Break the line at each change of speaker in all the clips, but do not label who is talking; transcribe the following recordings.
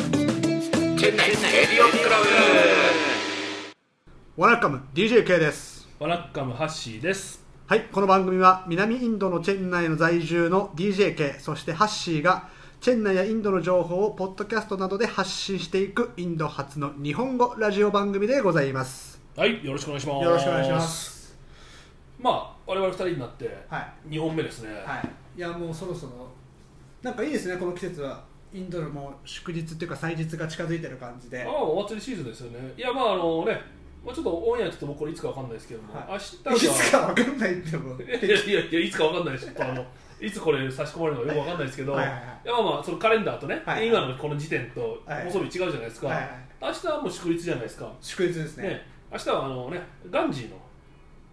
チェンナイエリオンクラブ
ワラッカム DJK です
ワラッカムハッシーです。
はいこの番組は南インドのチェン内の在住の DJK そしてハッシーがチェン内やインドの情報をポッドキャストなどで発信していくインド初の日本語ラジオ番組でございます
はい、よろしくお願いします。
よろしくお願いしま。す
まあ、我々二人になって、
はい
二本目ですね。
はいいやもうそろそろなんかいいですねこの季節はインドのもう祝日っていうか祭日が近づいてる感じで
まあ、お祭りシーズンですよね。いや、まあ、あのね、まあ、ちょっとオンエアちょっと僕これいつかわかんないですけども、
はい
明日が
いつか分かんないってもう
いやいやいや、いつかわかんないです。あのいつこれ差し込まれるのかよくわかんないですけど、
はいはいはい
やまあまあそのカレンダーとね、
はいはい
今のこの時点と
はい
放送日違うじゃないですか。
はいはい
明日はもう祝日じゃないですか。
祝日ですね
ね、明日はあのね、ガンジーの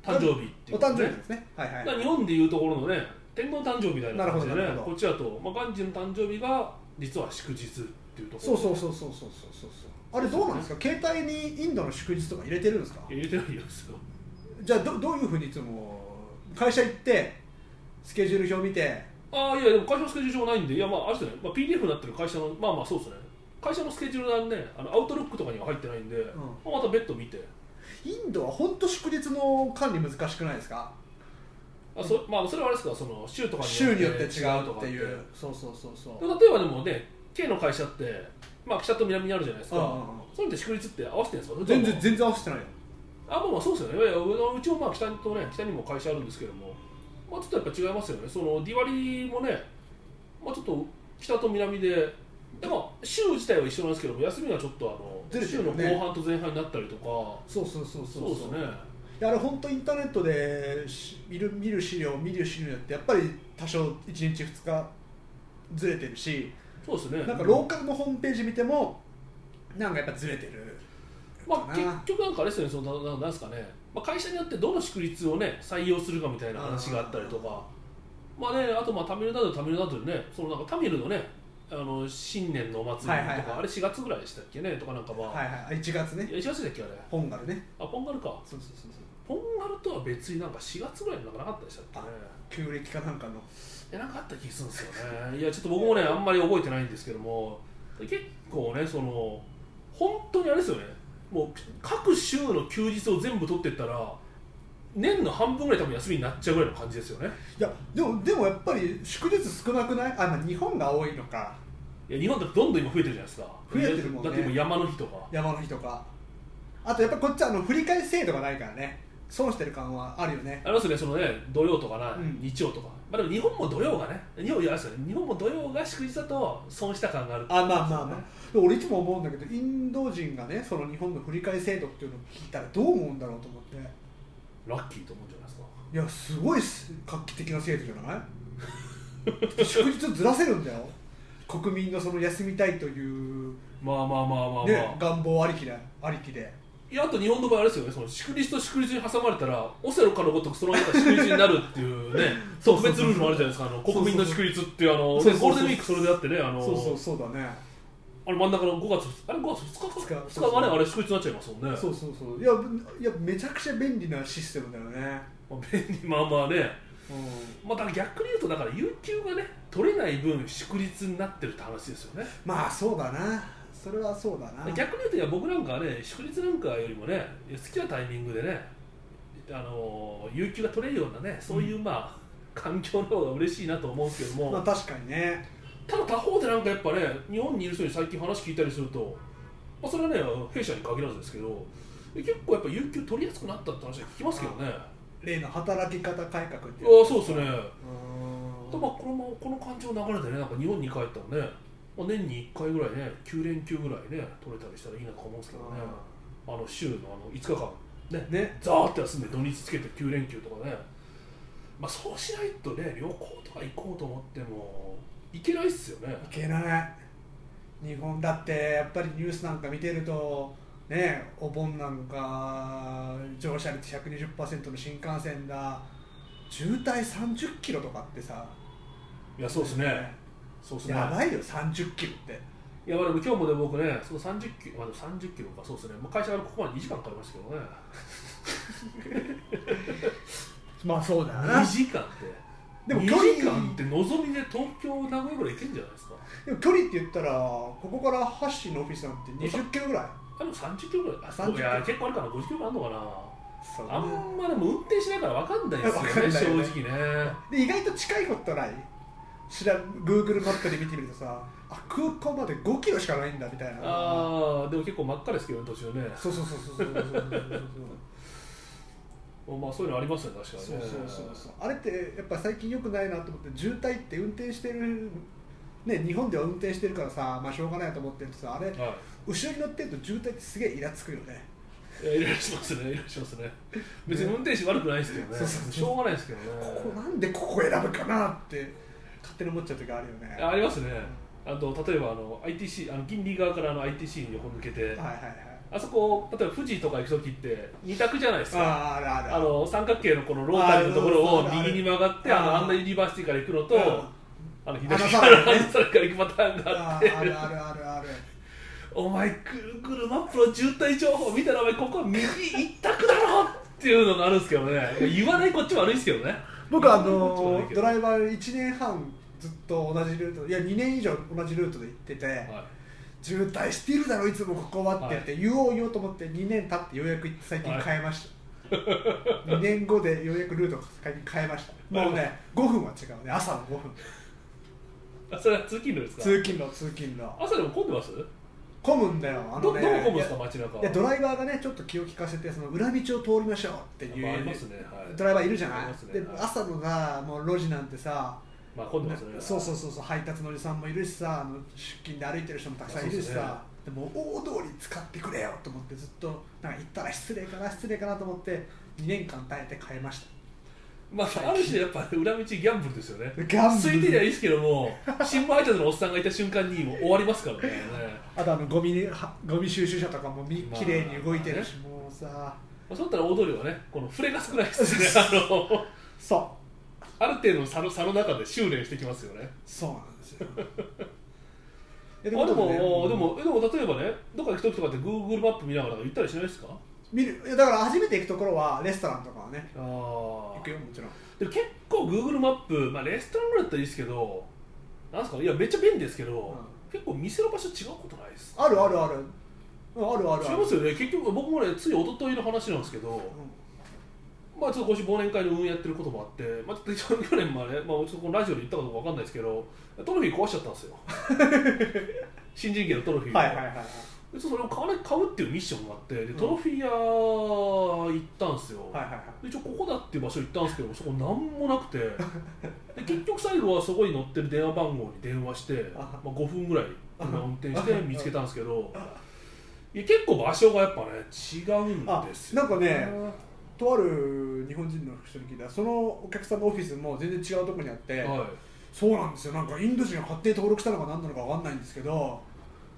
誕生日ってい
お
うこと
誕
で
生
ね
日ですねはいはい
だから日本でいうところのね天皇誕生日みたいな感じで
な
ね
るほどなるほど
こっちだと、まあ、ガンジーの誕生日が実は祝日っていうところ
そうそうそうそうそうそうそうあれどうなんですか携帯にインドの祝日とか入れてるんですか
いや入れてないですよ
じゃあどどういうふうにいつも会社行ってスケジュール表見て
ああいやでも会社のスケジュール上ないんでいやまああれですね、まあ、PDF になってる会社のまあまあそうですね会社のスケジュールなんで、ね、あのアウトロックとかには入ってないんで、まあまた別途見て
インドは本当祝日の管理難しくないですか
あそ,、まあ、それはあれですかその州とか
州によって違う
と
っ
か
ていう
で
そうそうそうそう
も例えばでもね K の会社ってまあ北と南にあるじゃないですか
うんうんうん
そういうのって祝日って合わせてるんですか
全然全然合わせてないよ
あまあまあそうですよねいやいやうちもまあ北とね北にも会社あるんですけども、まあ、ちょっとやっぱ違いますよねそのディワリもね、まあ、ちょっと北と南ででも州自体は一緒なんですけども休みがちょっとあの、
ずれてる
週
よ
の
ね
後半と前半になったりとか
そうそうそうそう
そうですね
いやあれ本当インターネットでし見る見る資料見る資料によってやっぱり多少1日2日ずれてるし
そうですね
なんかローカルのホームページ見てもなんかやっぱずれてる
まあ、結局なんかあれですよねそのなななんですかね、まあ、会社によってどの祝日をね採用するかみたいな話があったりとかまあねあとまあタミルナドタミルナドでねそのなんかタミルのねあの新年のお祭りとか、
はいはいはい
あれ4月ぐらいでしたっけねとかなんかまあ、
はいはい1月ね
いや1月でしたっけあれ
本があるね
あポンガルか
そうそうそうそう
ポンガルとは別になんか4月ぐらいのなんかなかったでしたっけね
旧暦かなんかの
いやなんかあった気がするんですよねいやちょっと僕もねあんまり覚えてないんですけども結構ねその本当にあれですよねもう各週の休日を全部取ってったら年の半分ぐらい多分休みになっちゃうぐらいの感じですよね
いやでもでもやっぱり祝日少なくないあ、まあ、日本が多いのか
いや日本ってどんどん今増えてるじゃないですか
増えてるもんね
だってもう山の日とか
山の日とかあとやっぱこっちはあの振り返り制度がないからね損してる感はあるよね
ありますね、そのね、土曜とかな、
うん
日曜とか、まあ、でも日本も土曜がね、日本いやあれですよね日本も土曜が祝日だと損した感があるって
あ
ことです
ま
よ
あ
ね
まあまあでも俺いつも思うんだけどインド人がねその日本の振り返り制度っていうのを聞いたらどう思うんだろうと思ってい
ラッキーと思うんじゃないですか、
やすごいっす画期的な制度じゃない祝日をずらせるんだよ国民のその休みたいという、
まあまあまあまあまあ、
ね、願望ありきでありきで
いやあと日本の場合、あれですよね、その祝日と祝日に挟まれたら、オセロかのごとくその間、祝日になるってい うね、特別ルールもあるじゃないですか、あの
そうそうそう
国民の祝日っていう、あの
そう
ね
そうそ
ゴ
う
ールデンウィークそれであってね、あの
そうそうそうだね
あれ真ん中の5月、あれ5月2日か、
2日
2日がね、あれ祝日になっちゃいますもんね、
そうそうそういやいやめちゃくちゃ便利なシステムだよね、
まあ、便利、まあまあね。
うん、
まあ、だから逆に言うとだから有給がね取れない分祝日になってるって話ですよね
まあそうだなそれはそうだな
逆に言うといや僕なんかはね祝日なんかよりもね好きなタイミングでねあの有給が取れるようなねそういうまあ、環境の方が嬉しいなと思うんですけども、
まあ確かにね
ただ他方でなんかやっぱね日本にいる人に最近話聞いたりすると、まあ、それはね弊社に限らずですけど結構やっぱ有給取りやすくなったって話は聞きますけどねあ
例の働き方改革って
あ
いう
そうですね
うん
とまあこのままこの感じの流れでねなんか日本に帰ったらね、まあ、年に1回ぐらいね9連休ぐらいね取れたりしたらいいなと思うんですけどねあの週のあの5日間ね
ね
ザーって休んで土日つけて9連休とかねまあそうしないとね旅行とか行こうと思っても行けないっすよね
いけない日本だってやっぱりニュースなんか見てるとねお盆なんか乗車率120%の新幹線だ渋滞30キロとかってさ
いやそうですねそうですね
やばいよ30キロって
いやまあでも今日もね僕ねその30キロまあでも30キロかそうですね、まあ、会社からここまで2時間かかりましたけどね
まあそうだ
2時間って
でも
2
距離
時間ってのぞみで東京名古屋ぐらい行けるんじゃないですか
でも距離って言ったらここからハッシーのオフィスなんて20キロぐらい
でも30キロぐらいあ
30
いや結構あるかな50キロもあるのか
そう
なあんまでも運転しないから分かんないですよ
分かんない
ね
よね
正直ね
で意外と近いことない知ら Google マップで見てみるとさあ空港まで5キロしかないんだみたいな
ああでも結構真っ赤ですけどね途中ね
そうそうそうそうそうそうそうそう
まあそういうのありますよね確かに
そう
ね
そうそうそうあれってやっぱ最近よくないなと思って渋滞って運転してるね日本では運転してるからさまあしょうがないと思ってるとさあれ
はい
後ろに乗ってると渋滞ってすげえイラつくよね
いやイライラしますねイライラしますね別に運転手悪くないですけどね
そうそうそう
しょうがないですけどね
ここなんでここ選ぶかなって勝手に思っちゃう時あるよね
あありますねあと例えばあの ITC あの銀利側からの ITC に横抜けて、
はいはいはい
あそこ例えば富士とか行く時って二択じゃないです
あ
か
ああるある
あの三角形のこのロータリーのところを
あー
右に曲がって
あー
あのあんなユニバーシティから行くの
うん
とあの左
あの
から
そうだね
あのそれから行くパターンがあ
あ
っ
ー
て
あるあるあるある
お前くるくるマップの渋滞情報見たらお前ここ右一択だろっていうのがあるんですけどね言わないこっち悪いですけどね
僕あ
言わ
の
ないこっち悪いけ
ド
ど
ライバー1年半ずっと同じルートいや2年以上同じルートで行ってて、
はい
渋滞しているだろいつもここはって言って、言おう言おうと思って2年経ってようやく行って最近
はい
変えま した、2年後でようやくルートを最近変えましたもうね5分は違うね朝の5分
あそれは通勤路ですか
通勤路通勤路
朝でも混んでます
混むんだよあの
どどこ
ね
混むんですか街中
いやドライバーがねちょっと気を利かせてその裏道を通りましょうっていう、
まあありますねはい
ドライバーいるじゃない
ありますね
で
はい
朝のがもう路地なんてさ
まあ混んでますね
そうそうそうそう配達のおじさんもいるしさあの出勤で歩いてる人もたくさんいるしさでも大通り使ってくれよと思ってずっとなんか行ったら失礼かな失礼かなと思って2年間耐えて変えました
まあ、ある種やっぱ裏道ギャンブルですよね
ギャンブル
空いてりゃいいですけども新聞配達のおっさんがいた瞬間にもう終わりますからね
あとあのゴミはゴミ収集車とかもみ
まあ
綺麗に動いてるし、もうさ
まあそうだったら大通りはねこの触れが少ない ですねあの
そう
ある程度の差の差の中で修練してきますよね
そうなんです よ
あ
え
で
も
もでも,、
ね
でも例えばねどっか行く時とかって Google マップ見ながら行ったりしないですか
見るいやだから初めて行くところはレストランとかはね
ああ
行くよもちろん
でも結構 Google マップ、まあ、レストランぐらいだったらいいですけどなんすかいやめっちゃ便利ですけど、
う
結構店の場所違うことないですか
あるあるあるうんあるあるある
違いますよね結局僕もねつい一昨日の話なんですけど、まあちょっと今週忘年会の運営やってることもあって、まあ、ちょっと一応去年まで、まあ、ちょっとこのラジオで言ったかどうかわかんないですけどトロフィー壊しちゃったんですよ 新人芸のトロフィ
うん
ーを
はいはいはいはい
でそれを買わな買うっていうミッションがあってでトロフィー屋行ったんですよ、
はいはいはい
で一応ここだっていう場所行ったんですけどそこ何もなくてで結局最後はそこに載ってる電話番号に電話して、
あ
まあ、5分ぐらい車運転して
あ
見つけたんですけどいや結構場所がやっぱね違うんですよ、
あなんかねとある日本人の人に聞いたらそのお客さんのオフィスも全然違うところにあって、
は
そうなんですよなんかインド人が勝手に登録したのか何なのか分かんないんですけど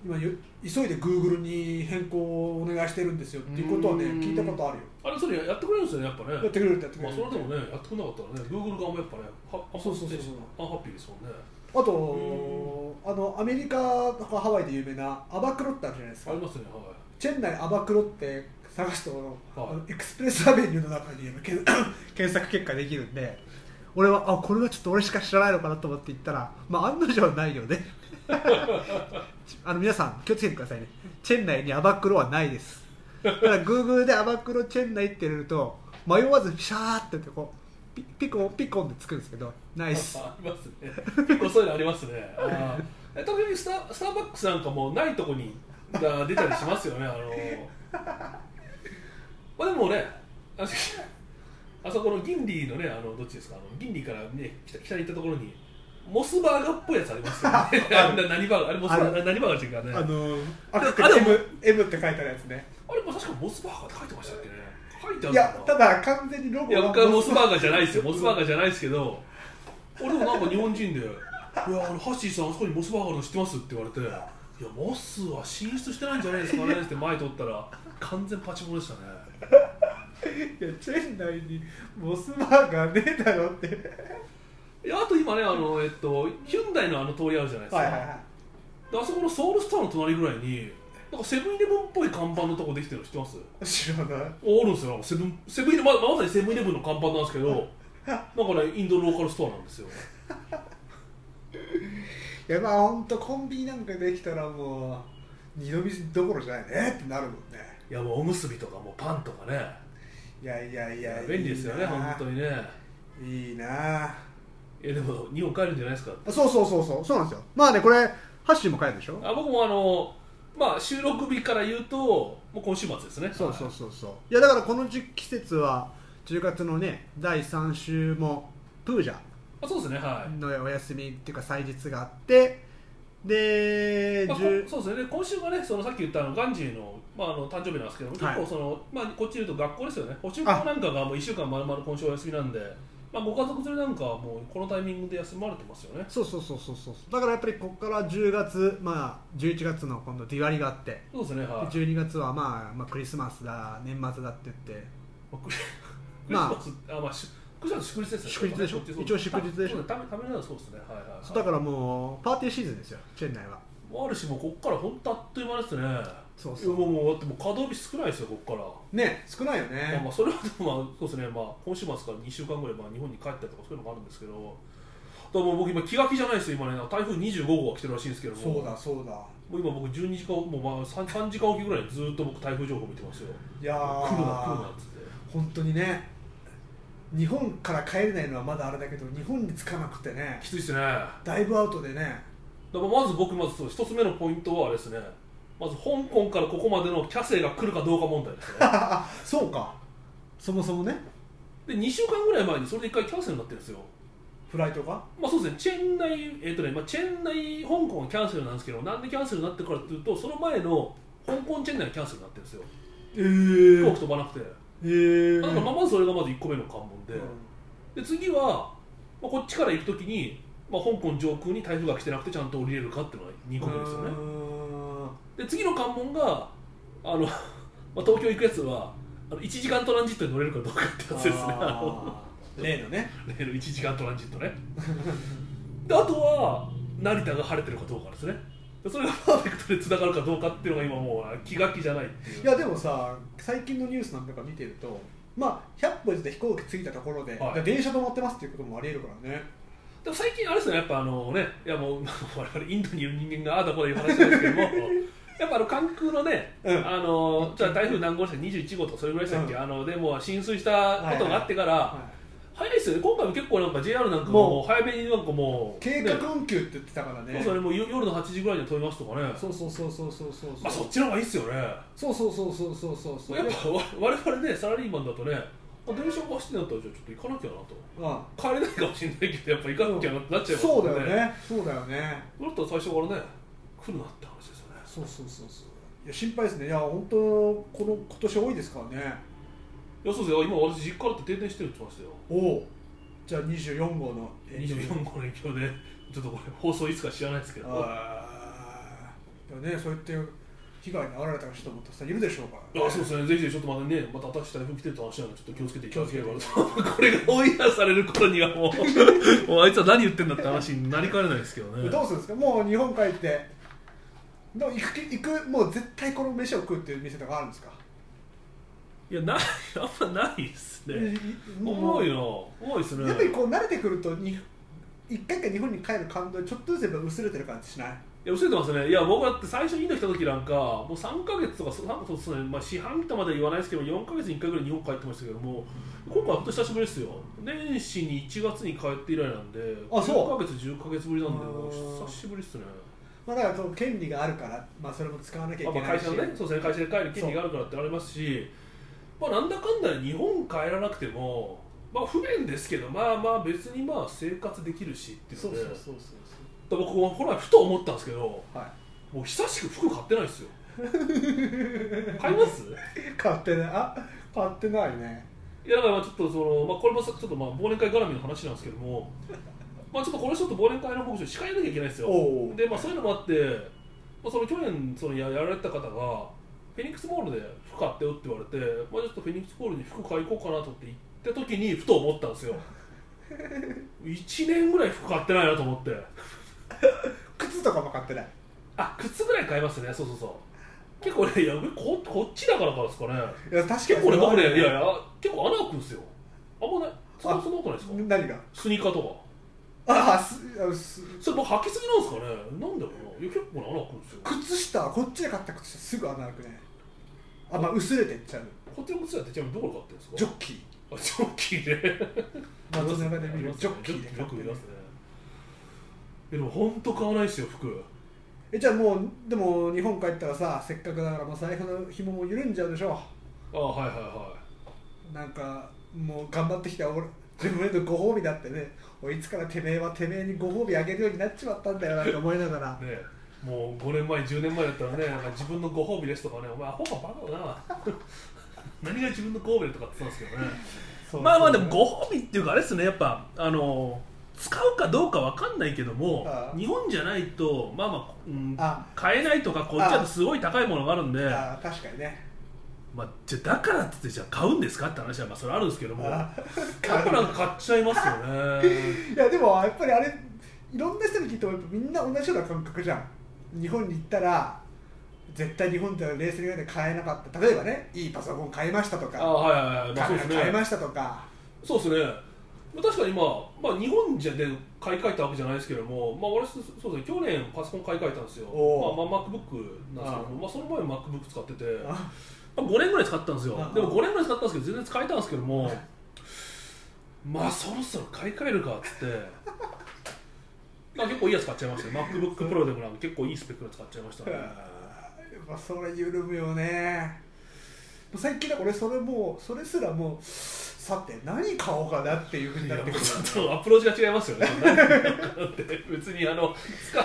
今ゆ急いで Google に変更をお願いしてるんですよっていうことはね
うん
聞いたことあるよ
い、あれそれやってくれるんですよねやっぱね
やってくれるってやってく
ま
れ
あ、
る
それでもねやってくれなかったらね Google 側もやっぱねはあ
そうそうそうそう
アンハッピーですもんね
あとあのアメリカとかハワイで有名なアバクロってあるじゃないです
あ
か
りますねはい
チェンナイアバクロって探すと、
はい
あのエクスプレスアベニューの中にけ 検索結果できるんで俺はあこれはちょっと俺しか知らないのかなと思って行ったら、まあ、案の定ないよね あの皆さん気をつけてくださいねチェンナイにアバクロはないですだから Google でアバクロチェンナイって入れると迷わずピシャーってこうピピコンピコンでつくんですけどないです
あありますね結構そういうのありますねあーえ特にスタスターバックスなんかもうないとこにが出たりしますよねあのまあでもねあ のあそこのギンリーのねあのどっちですかあのギンリーから、ね、北北に行ったところにモスバーガーっぽいやつありますよ ねあれ何バーガーあれモスバーガー何バーガーっていうかねあれ
の
赤く
M, M って書いてあるやつね
も確かモスバーガーって書いてましたっけね書いてあ
い
るのか
やただ完全にロ
い
ゴ
や
が
僕はモスバーガーじゃない ですよモスバーガーじゃないですけど俺もなんか日本人で「いやあのハッシーさんあそこにモスバーガーの知ってます?」って言われて「いやモスは進出してないんじゃないですかね」って前取ったら完全パチモノでしたね
いやチェン内にモスバーガーねえだろって
いやあと今ねあの、えっと、ヒュンダイのあの通りあるじゃないですか、であそこのソウルスターの隣ぐらいになんかセブンイレブンっぽい看板のとこできてるの知ってます
い知らない
おあるんですよセブンセブンイレブンままさにセブンイレブンの看板なんですけどなんかねインドローカルストアなんですよ
いやまあ本当コンビニなんかできたらもう二度見どころじゃないねってなるもんね
いやもうおむすびとかもうパンとかね
いやいやい
い
や
や便利ですよね本当
に
にね
いいなあ
いやでも日本帰るんじゃないですか
そうそうそうそうそうなんですよまあねこれハッシーも帰るでしょ
あ僕もあのまあ収録日から言うともう今週末ですね
そうそう
はい
そうそういやだからこの時季節は10月のね第3週もプージャ
あそうですねはい、
のお休みっていうか祭日があってで、
まあ、こ
10
そうですねで今週がねそのさっき言ったあのガンジーの,、まあ、あの誕生日なんですけども
はい
結構その、まあ、こっちで言うと学校ですよね補習校なんかがもう1週間まるまる今週お休みなんで、まあ、ご家族連れなんかはもうこのタイミングで休まれてますよね
そうそうそうそうそうだからやっぱりここから10月まあ11月の今度ディワリがあって
そうですねはい、
で
まあ
12月はまあ、まあ、クリスマスだ年末だって言って
クリクリス
まあ
マスあまあしクリスマス祝日ですね
祝日でしょ
こっちそう
一応祝日でしょ
そうためためならそうですねはいはい、はい、
そうだからもうパーティーシーズンですよチェン内は
もうあるしもうこっから本当あっという間ですね
そうそう
いやもうもうだってもう稼働日少ないですよこっから、
ね少ないよ
まあ、ま
ね
あそれはでもまあそうですね、まあ、今週末から2週間ぐらい、まあ、日本に帰ったりとかそういうのもあるんですけどだからもう僕今気が気じゃないですよ今ね台風25号が来てるらしいんですけども
そうだそうだ
もう今僕12時間もうまあ 3, 3時間おきぐらいにずっと僕台風情報見てますよ
いや
来るな来るな
ー
っつって
本当にね日本から帰れないのはまだあれだけど日本に着かなくてね
きついですねだか
だいぶアウトでね
らまず僕まずそう一つ目のポイントはあれですねまず香港からここまでのキャセイが来るかどうか問題ですね
あそうかそもそもね
で2週間ぐらい前にそれで1回キャンセルになってるんですよ
フライトが
まあそうですね、チェン内、えっ、とね、まあ、チェン内、香港はキャンセルなんですけど、なんでキャンセルになってからっていうと、その前の香港チェン内がキャンセルになってるんですよ、
ええ
飛行機飛ばなくて、
えー
だからまあまずそれがまず1個目の関門で、で次は、まあ、こっちから行くときに、まあ、香港上空に台風が来てなくて、ちゃんと降りれるかっていうのが2個目ですよね。で、次の関門が、あの まあ、東京行くやつは、あの1時間トランジットに乗れるかどうかってやつですね。あの
例のね
例の1時間トランジットねであとは成田が晴れてるかどうかですねでそれがパーフェクトでつながるかどうかっていうのが今もう気が気じゃないっていう
いやでもさ最近のニュースなんか見てるとまあ100歩譲って飛行機着いたところで、
はい
だから電車止まってますっていうこともありえるからね
でも最近あれですねやっぱあのねいやもう 我々インドにいる人間がああだこうだいう話なんです けどもやっぱあの関空のね、
うん
あのじゃあ台風何号車21号とかそれぐらいでしたっけ、
うん
あのでもう浸水したことがあってから、
は
早いですよね今回も結構なんか JR なんか
もう
もう早めになんかも
いう計
ね
画運休って言ってたからね
そうそれもう夜の8時ぐらいには飛びますとかね
そうそうそうそうそうそう
まあそっちの方がいいですよね
そうそうそうそうそうそうそう
やっぱわ我々ねサラリーマンだとねあ電車が走ってんだったらじゃあちょっと行かなきゃなと
うん
帰れないかもしれないけどやっぱ行かなきゃなってなっちゃいます
そうだよねそうだよね
だったら最初からね来るなって話ですよね
そうそうそうそういや心配ですねいや本当この今年多いですからね
いやそうですよ今私実家だって停電してるって言ってましたよ
おおじゃあ24号のえー
24号の影響でちょっとこれ放送いつか知らないですけどあ
ああねそうやって被害に遭われた人もたくさんいるでしょうから、
そうですねぜひぜひちょっとまたねまた新しい台風来てるって話なんでちょっと気をつけていただければと これがオンエアされる頃には もうもうあいつは何言ってんだって話になりかねないですけどね
どうするんですかもう日本帰ってどう行く行くもう絶対この飯を食うっていう店とかあるんですか、
いやないあんまないですね、
い
重いよ重いですね
やっぱりこう慣れてくるとに一回か日本に帰る感動ちょっとずつやっぱ薄れてる感じしない
いや薄れてますねいや僕だって最初インド来た時なんかもう3か月とかそなんかそうですね、まあ、四半期とまでは言わないですけど4か月に1回ぐらい日本帰ってましたけども今回はほんと久しぶりですよ年始に1月に帰って以来なんで
あそう
10ヶ月10ヶ月ぶりなんで
あー
もう久しぶりですね
まあだからその権利があるから、まあ、それも使わなきゃ
あ
いけ
まあ
ない
会
し、
社のねそうですね会社で帰る権利があるからってありますしまあなんだかんだ日本帰らなくてもまあ不便ですけどまあまあ別にまあ生活できるしっていう
そ
の
う
で
そうそうそう
だから僕この前ふと思ったんですけど
そうは
もう久しく服買ってないですよ 買います
い 買ってないあ買ってないね
いやだからまあちょっとその、まあ、これもさちょっとまあ忘年会絡みの話なんですけどもまあちょっとこの人と忘年会の僕ちょっと司会やらなきゃいけないんですよ
おう
でまあそういうのもあって、まあ、その去年そのややられた方がフェニックスモールで服買ってよって言われて、まあ、ちょっとフェニックスモールに服買い行こうかなと思って行った時にふと思ったんですよ1年ぐらい服買ってないなと思って
靴とかも買ってない
あ靴ぐらい買いますねそうそうそう結構ねいやここっちだからかですかね
いや確かに
結構ね僕ねいやい
い
や結構穴開くんですよあんまねそんなそんなことないですか
何が
スニーカーとか
ああすあす
それ僕履きすぎなんですかねなんだろうないや結構ね穴開くんですよ
靴下こっちで買った靴下すぐ穴開くねあまあ薄れてっちゃう
こっちの靴だってちなみにどこで買ってるんですか
ジョッキー
あジョッキーで
謎の中で見るジョッキーで買
よ
っ
く
て
見
る
ますねいやでも本当買わないですよ服
えじゃあもうでも日本帰ったらさせっかくだからもう財布の紐も緩んじゃうでしょ
ああはいはいは
なんかもう頑張ってきた俺自分へのご褒美だってねおいつからてめえはてめえにご褒美あげるようになっちまったんだよなって思いながら
いねもう5年前10年前だったらねなんか自分のご褒美ですとかねお前アホかバカだな 何が自分のご褒美だとかって言ってたんですけどね まあまあでもご褒美っていうかあれですねやっぱあの使うかどうかわかんないけども
ああ
日本じゃないとまあまあ、うん
あ
買えないとかこっちだとすごい高いものがあるんで
ああ確かにね
まあ、じゃあだからって言ってじゃあ買うんですかって話はまあそれあるんですけどもやっ
あ
ぱなんか買っちゃいます よね
いやでもやっぱりあれいろんな人に聞いてもやっぱみんな同じような感覚じゃん日本に行ったら絶対日本では冷静に考えて買えなかった例えばねいいパソコン買いましたと
あ
か
はいはいはい、まあ、
カ
そう
メラ
です
買い
ね
ましたとか
そうですね、まあ、確かに今、まあ、日本じゃで買い替えたわけじゃないですけども、まあ、俺そうそうですね去年パソコン買い替えたんですよ、
おう
まあ、まあ MacBook なんですけどもまあ、その前 MacBook 使ってて
あ
まあ、5年ぐらい使ったんですよ
あ
でも5年ぐらい使ったんですけど全然使えたんですけどもまあそろそろ買い替えるかっつって まあ結構いいやつ買っちゃいましたね MacBookPro でもなんか結構いいスペックのやつ買っちゃいました ね
やっぱそれ緩むよねもう最近だから俺それもうそれすらもうさて何買おうかなっていうふうに
い
な
や
っ
も
てく
う
る
ちょっとアプローチが違いますよねなんか別にあの使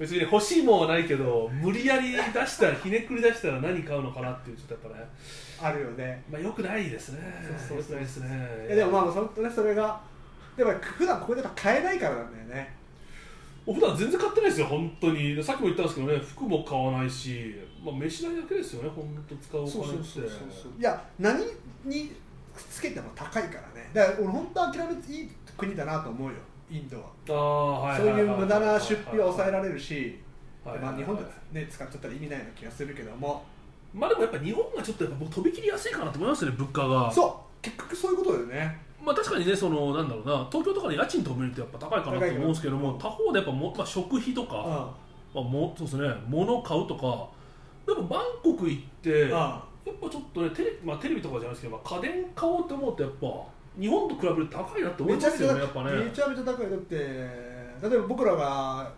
別に欲しいもんはないけど無理やり出したらひねくり出したら何買うのかなっていうちょっとやっぱね
あるよね
まあよくないですね
そうそう
良くないですね
いやでもまあまあ本当ねそれがでも普段ここでやっぱ買えないからなんだよね
もう普段全然買ってないですよ、本当に。でさっきも言ったんですけどね、服も買わないし、まあ、飯代だけですよね、本当使うお金って。
いや何につけても高いからねだから俺本当諦めていい国だなと思うよインドは
ああ、はい。
そういう無駄な出費は抑えられるし
はいはい
ま
は
あ
い
日本で、ね、使っちゃったら意味ないような気がするけども
まあでもやっぱ日本がちょっとやっぱ僕飛び切りやすいかなと思いますね、物価が。
そう結局そういうことだよね
まあ確かにね、そのなんだろうな、東京とかで家賃とか見るとやっぱ高いかなと思うんですけども、
高い
他方でやっぱも、まあ、食費と
う
か、
ん
まあ、もそうですね、物買うとか、やっぱバンコク行って、
うん
やっぱちょっとねテレ、まあ、テレビとかじゃないですけど、まあ、家電買おうと思うと、やっぱ日本と比べると高いなって思い
めち
ま
ゃめ
す
ちゃ
よね、やっぱ
高
ね。
いめちゃめちゃ高いだって例えば僕らが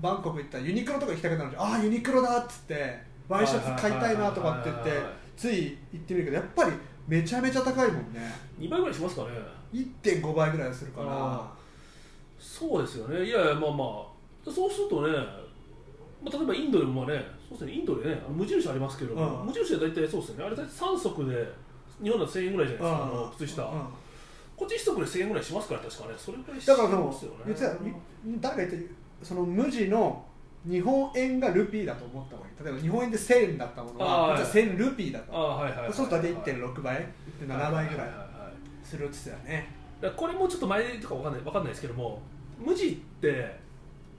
バンコク行ったらユニクロとか行きたくなるじゃんああユニクロだっつってワイシャツ買いたいなとかって言って
はいはいはいはい
つい行ってみるけどやっぱりめちゃめちゃ高いもんね
2倍ぐらいしますかね
1.5倍ぐらいするか
あ
ら
そうですよねいやいやまあまあそうするとね、まあ、例えばインドでもまあねそうですねインドでね無印ありますけど、
うん
無印は大体そうですよねあれ大体3足で日本だと1000円ぐらいじゃないですか、あ
うん
の靴下、
うん
こっち1足で1000円ぐらいしますから確かねそれぐらいし
だから
ま
でも
すよね
言ってた誰か言ってたその無地の日本円がルピーだと思った方がいい例えば日本円で1000円だったもの
あ
が
あ
実は1000ルピーだっ
あ
た
あはいはいはい
そうすると大体1.6倍1.7倍ぐらい
はははは
するって言ってたよね
だからこれもちょっと前とかわかんないわかんないですけども無地って、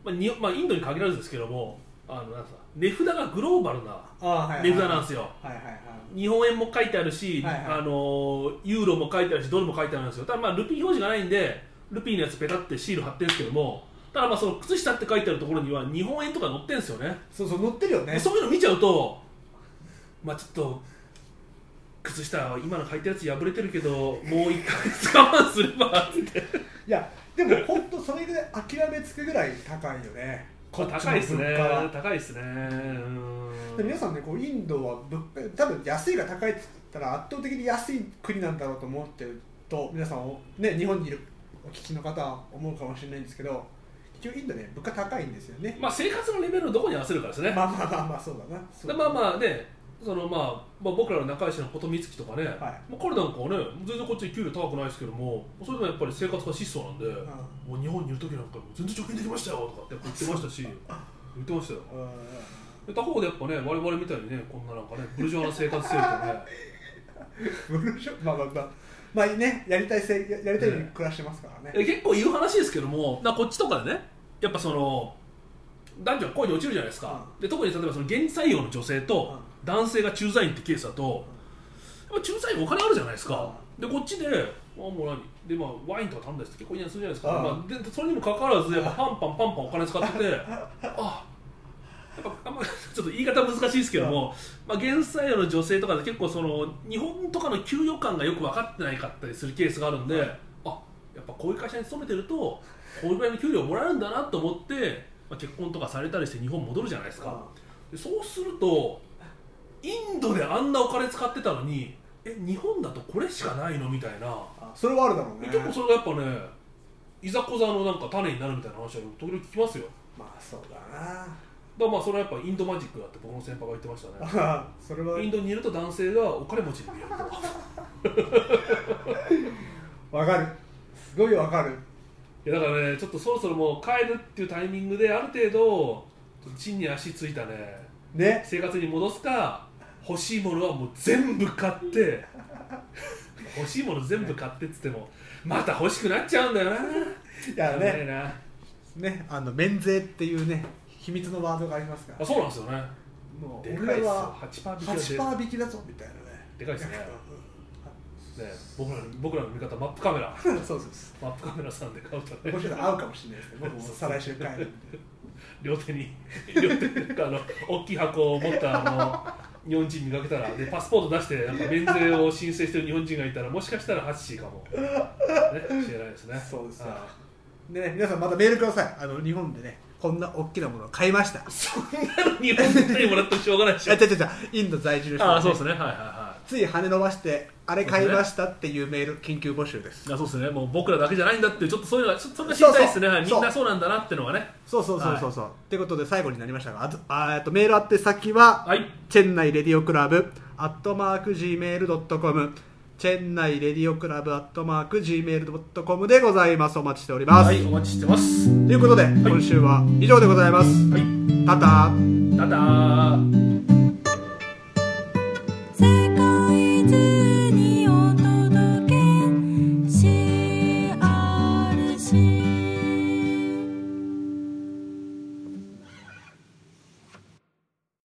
まあにまあ、インドに限らずですけどもあのなんか値札がグローバルな
ああはいはい
値札なんですよ、
はいはいはい
日本円も書いてあるし、
はいはい
あのユーロも書いてあるしドルも書いてあるんですよただまあルピー表示がないんでルピーのやつペタってシール貼ってるんですけどもただまあその靴下って書いてあるところには日本円とか載ってるんですよね
そうそう乗ってるよね
そういうの見ちゃうとまあちょっと靴下今の履いたやつ破れてるけどもう1ヶ月我慢すればって
いやでも本当それぐらい諦めつくぐらい高いよねこっちの
高いですね
物価は
高いですねうん
で皆さんねこうインドは物価多分安いが高いって言ったら圧倒的に安い国なんだろうと思ってると皆さんを、ね、日本にいるお聞きの方は思うかもしれないんですけど結局インドね物価高いんですよね
まあ生活のレベルのどこに合わせるかですね
まあまあまあまあそうだなそうだ
でまあ
あ
まあねその、まあ、まあ僕らの仲良しの琴光希とかね、まあ、彼なんかはね全然こっち給料高くないですけどもそれでもやっぱり生活が質素なんで、もう日本にいる時なんかもう全然貯金できましたよとかってやっぱ言ってましたし言ってましたよで他方でやっぱね我々みたいにねこんななんかねブルジョワな生活してるとね
ブルーショまあまあまあまあねやりたいせいややりたいように暮らしてますからね
え結構言う話ですけどもなこっちとかでねやっぱその男女が恋に落ちるじゃないですか、で特に例えばその現地採用の女性と男性が駐在員ってケースだと、やっぱ駐在員お金あるじゃないですか、でこっちでまあもう何でまあワインとか頼んだりして結構いいやするじゃないですか、
ああ
まあ、でそれにもかかわらずやっぱパンパンパンパンお金使っててああやっぱあんまちょっと言い方難しいですけども、まあ、原材料の女性とかで結構その日本とかの給与感がよく分かってないかったりするケースがあるんで、あやっぱこういう会社に勤めてるとこういうぐらいの給料もらえるんだなと思って、まあ、結婚とかされたりして日本戻るじゃないですか、でそうするとインドであんなお金使ってたのにえ日本だとこれしかないのみたいな、
あそれはあるだろうね
結構それがやっぱねいざこざのなんか種になるみたいな話は時々聞きますよだか
まあそうだ
らまあそれはやっぱインドマジックだって僕の先輩が言ってましたね
なそれは
インドにいると男性がお金持ちに見えると
わかるすごいわかる
いやだからねちょっとそろそろもう帰るっていうタイミングである程度地に足ついたね
ね
生活に戻すか欲しいものはもう全部買って欲しいもの全部買ってっつってもまた欲しくなっちゃうんだよない
や
やば
ね
いな
ねあの免税っていうね秘密のワードがありますから
あそうなんですよね
もう
でかい
俺
っす
ら
よ
は
8%引きは
8%引きだぞみたいなね
でかいっすねね僕らの僕らの味方マップカメラ
うんそうそう です
マップカメラさんで買うとね
もしかしたら合うかもしれないですね僕も再来週帰るんで
両手に両手にあの大きい箱を持ったあの日本人見かけたらでパスポート出してなんか免税を申請してる日本人がいたらもしかしたらハッシーかも、ね、知らないですね
そうですね
あ
でね皆さんまたメールくださいあの日本でねこんな大きなものを買いました
そんなの 日本人にもらってもしょうがないでし
あ違
ょ
う違う違うインド在住の人がね
ねはいはいは
つい羽伸ばしてあれ買いましたっていうメール緊急募集です
いそうですねもう僕らだけじゃないんだっていうちょっとそういうのがそそれ
が知りたいですねはいみんな
そうなんだなっていうのがね
そうそうそうそうそう、ってことで最後になりましたがあとあえっとメールあって先は、
はい
チェンナイレディオクラブアットマーク Gmail.com チェンナイレディオクラブアットマーク Gmail.com でございますお待ちしております、
はいお待ちしてます
ということで、今週は以上でございます
はい
タタ
ただー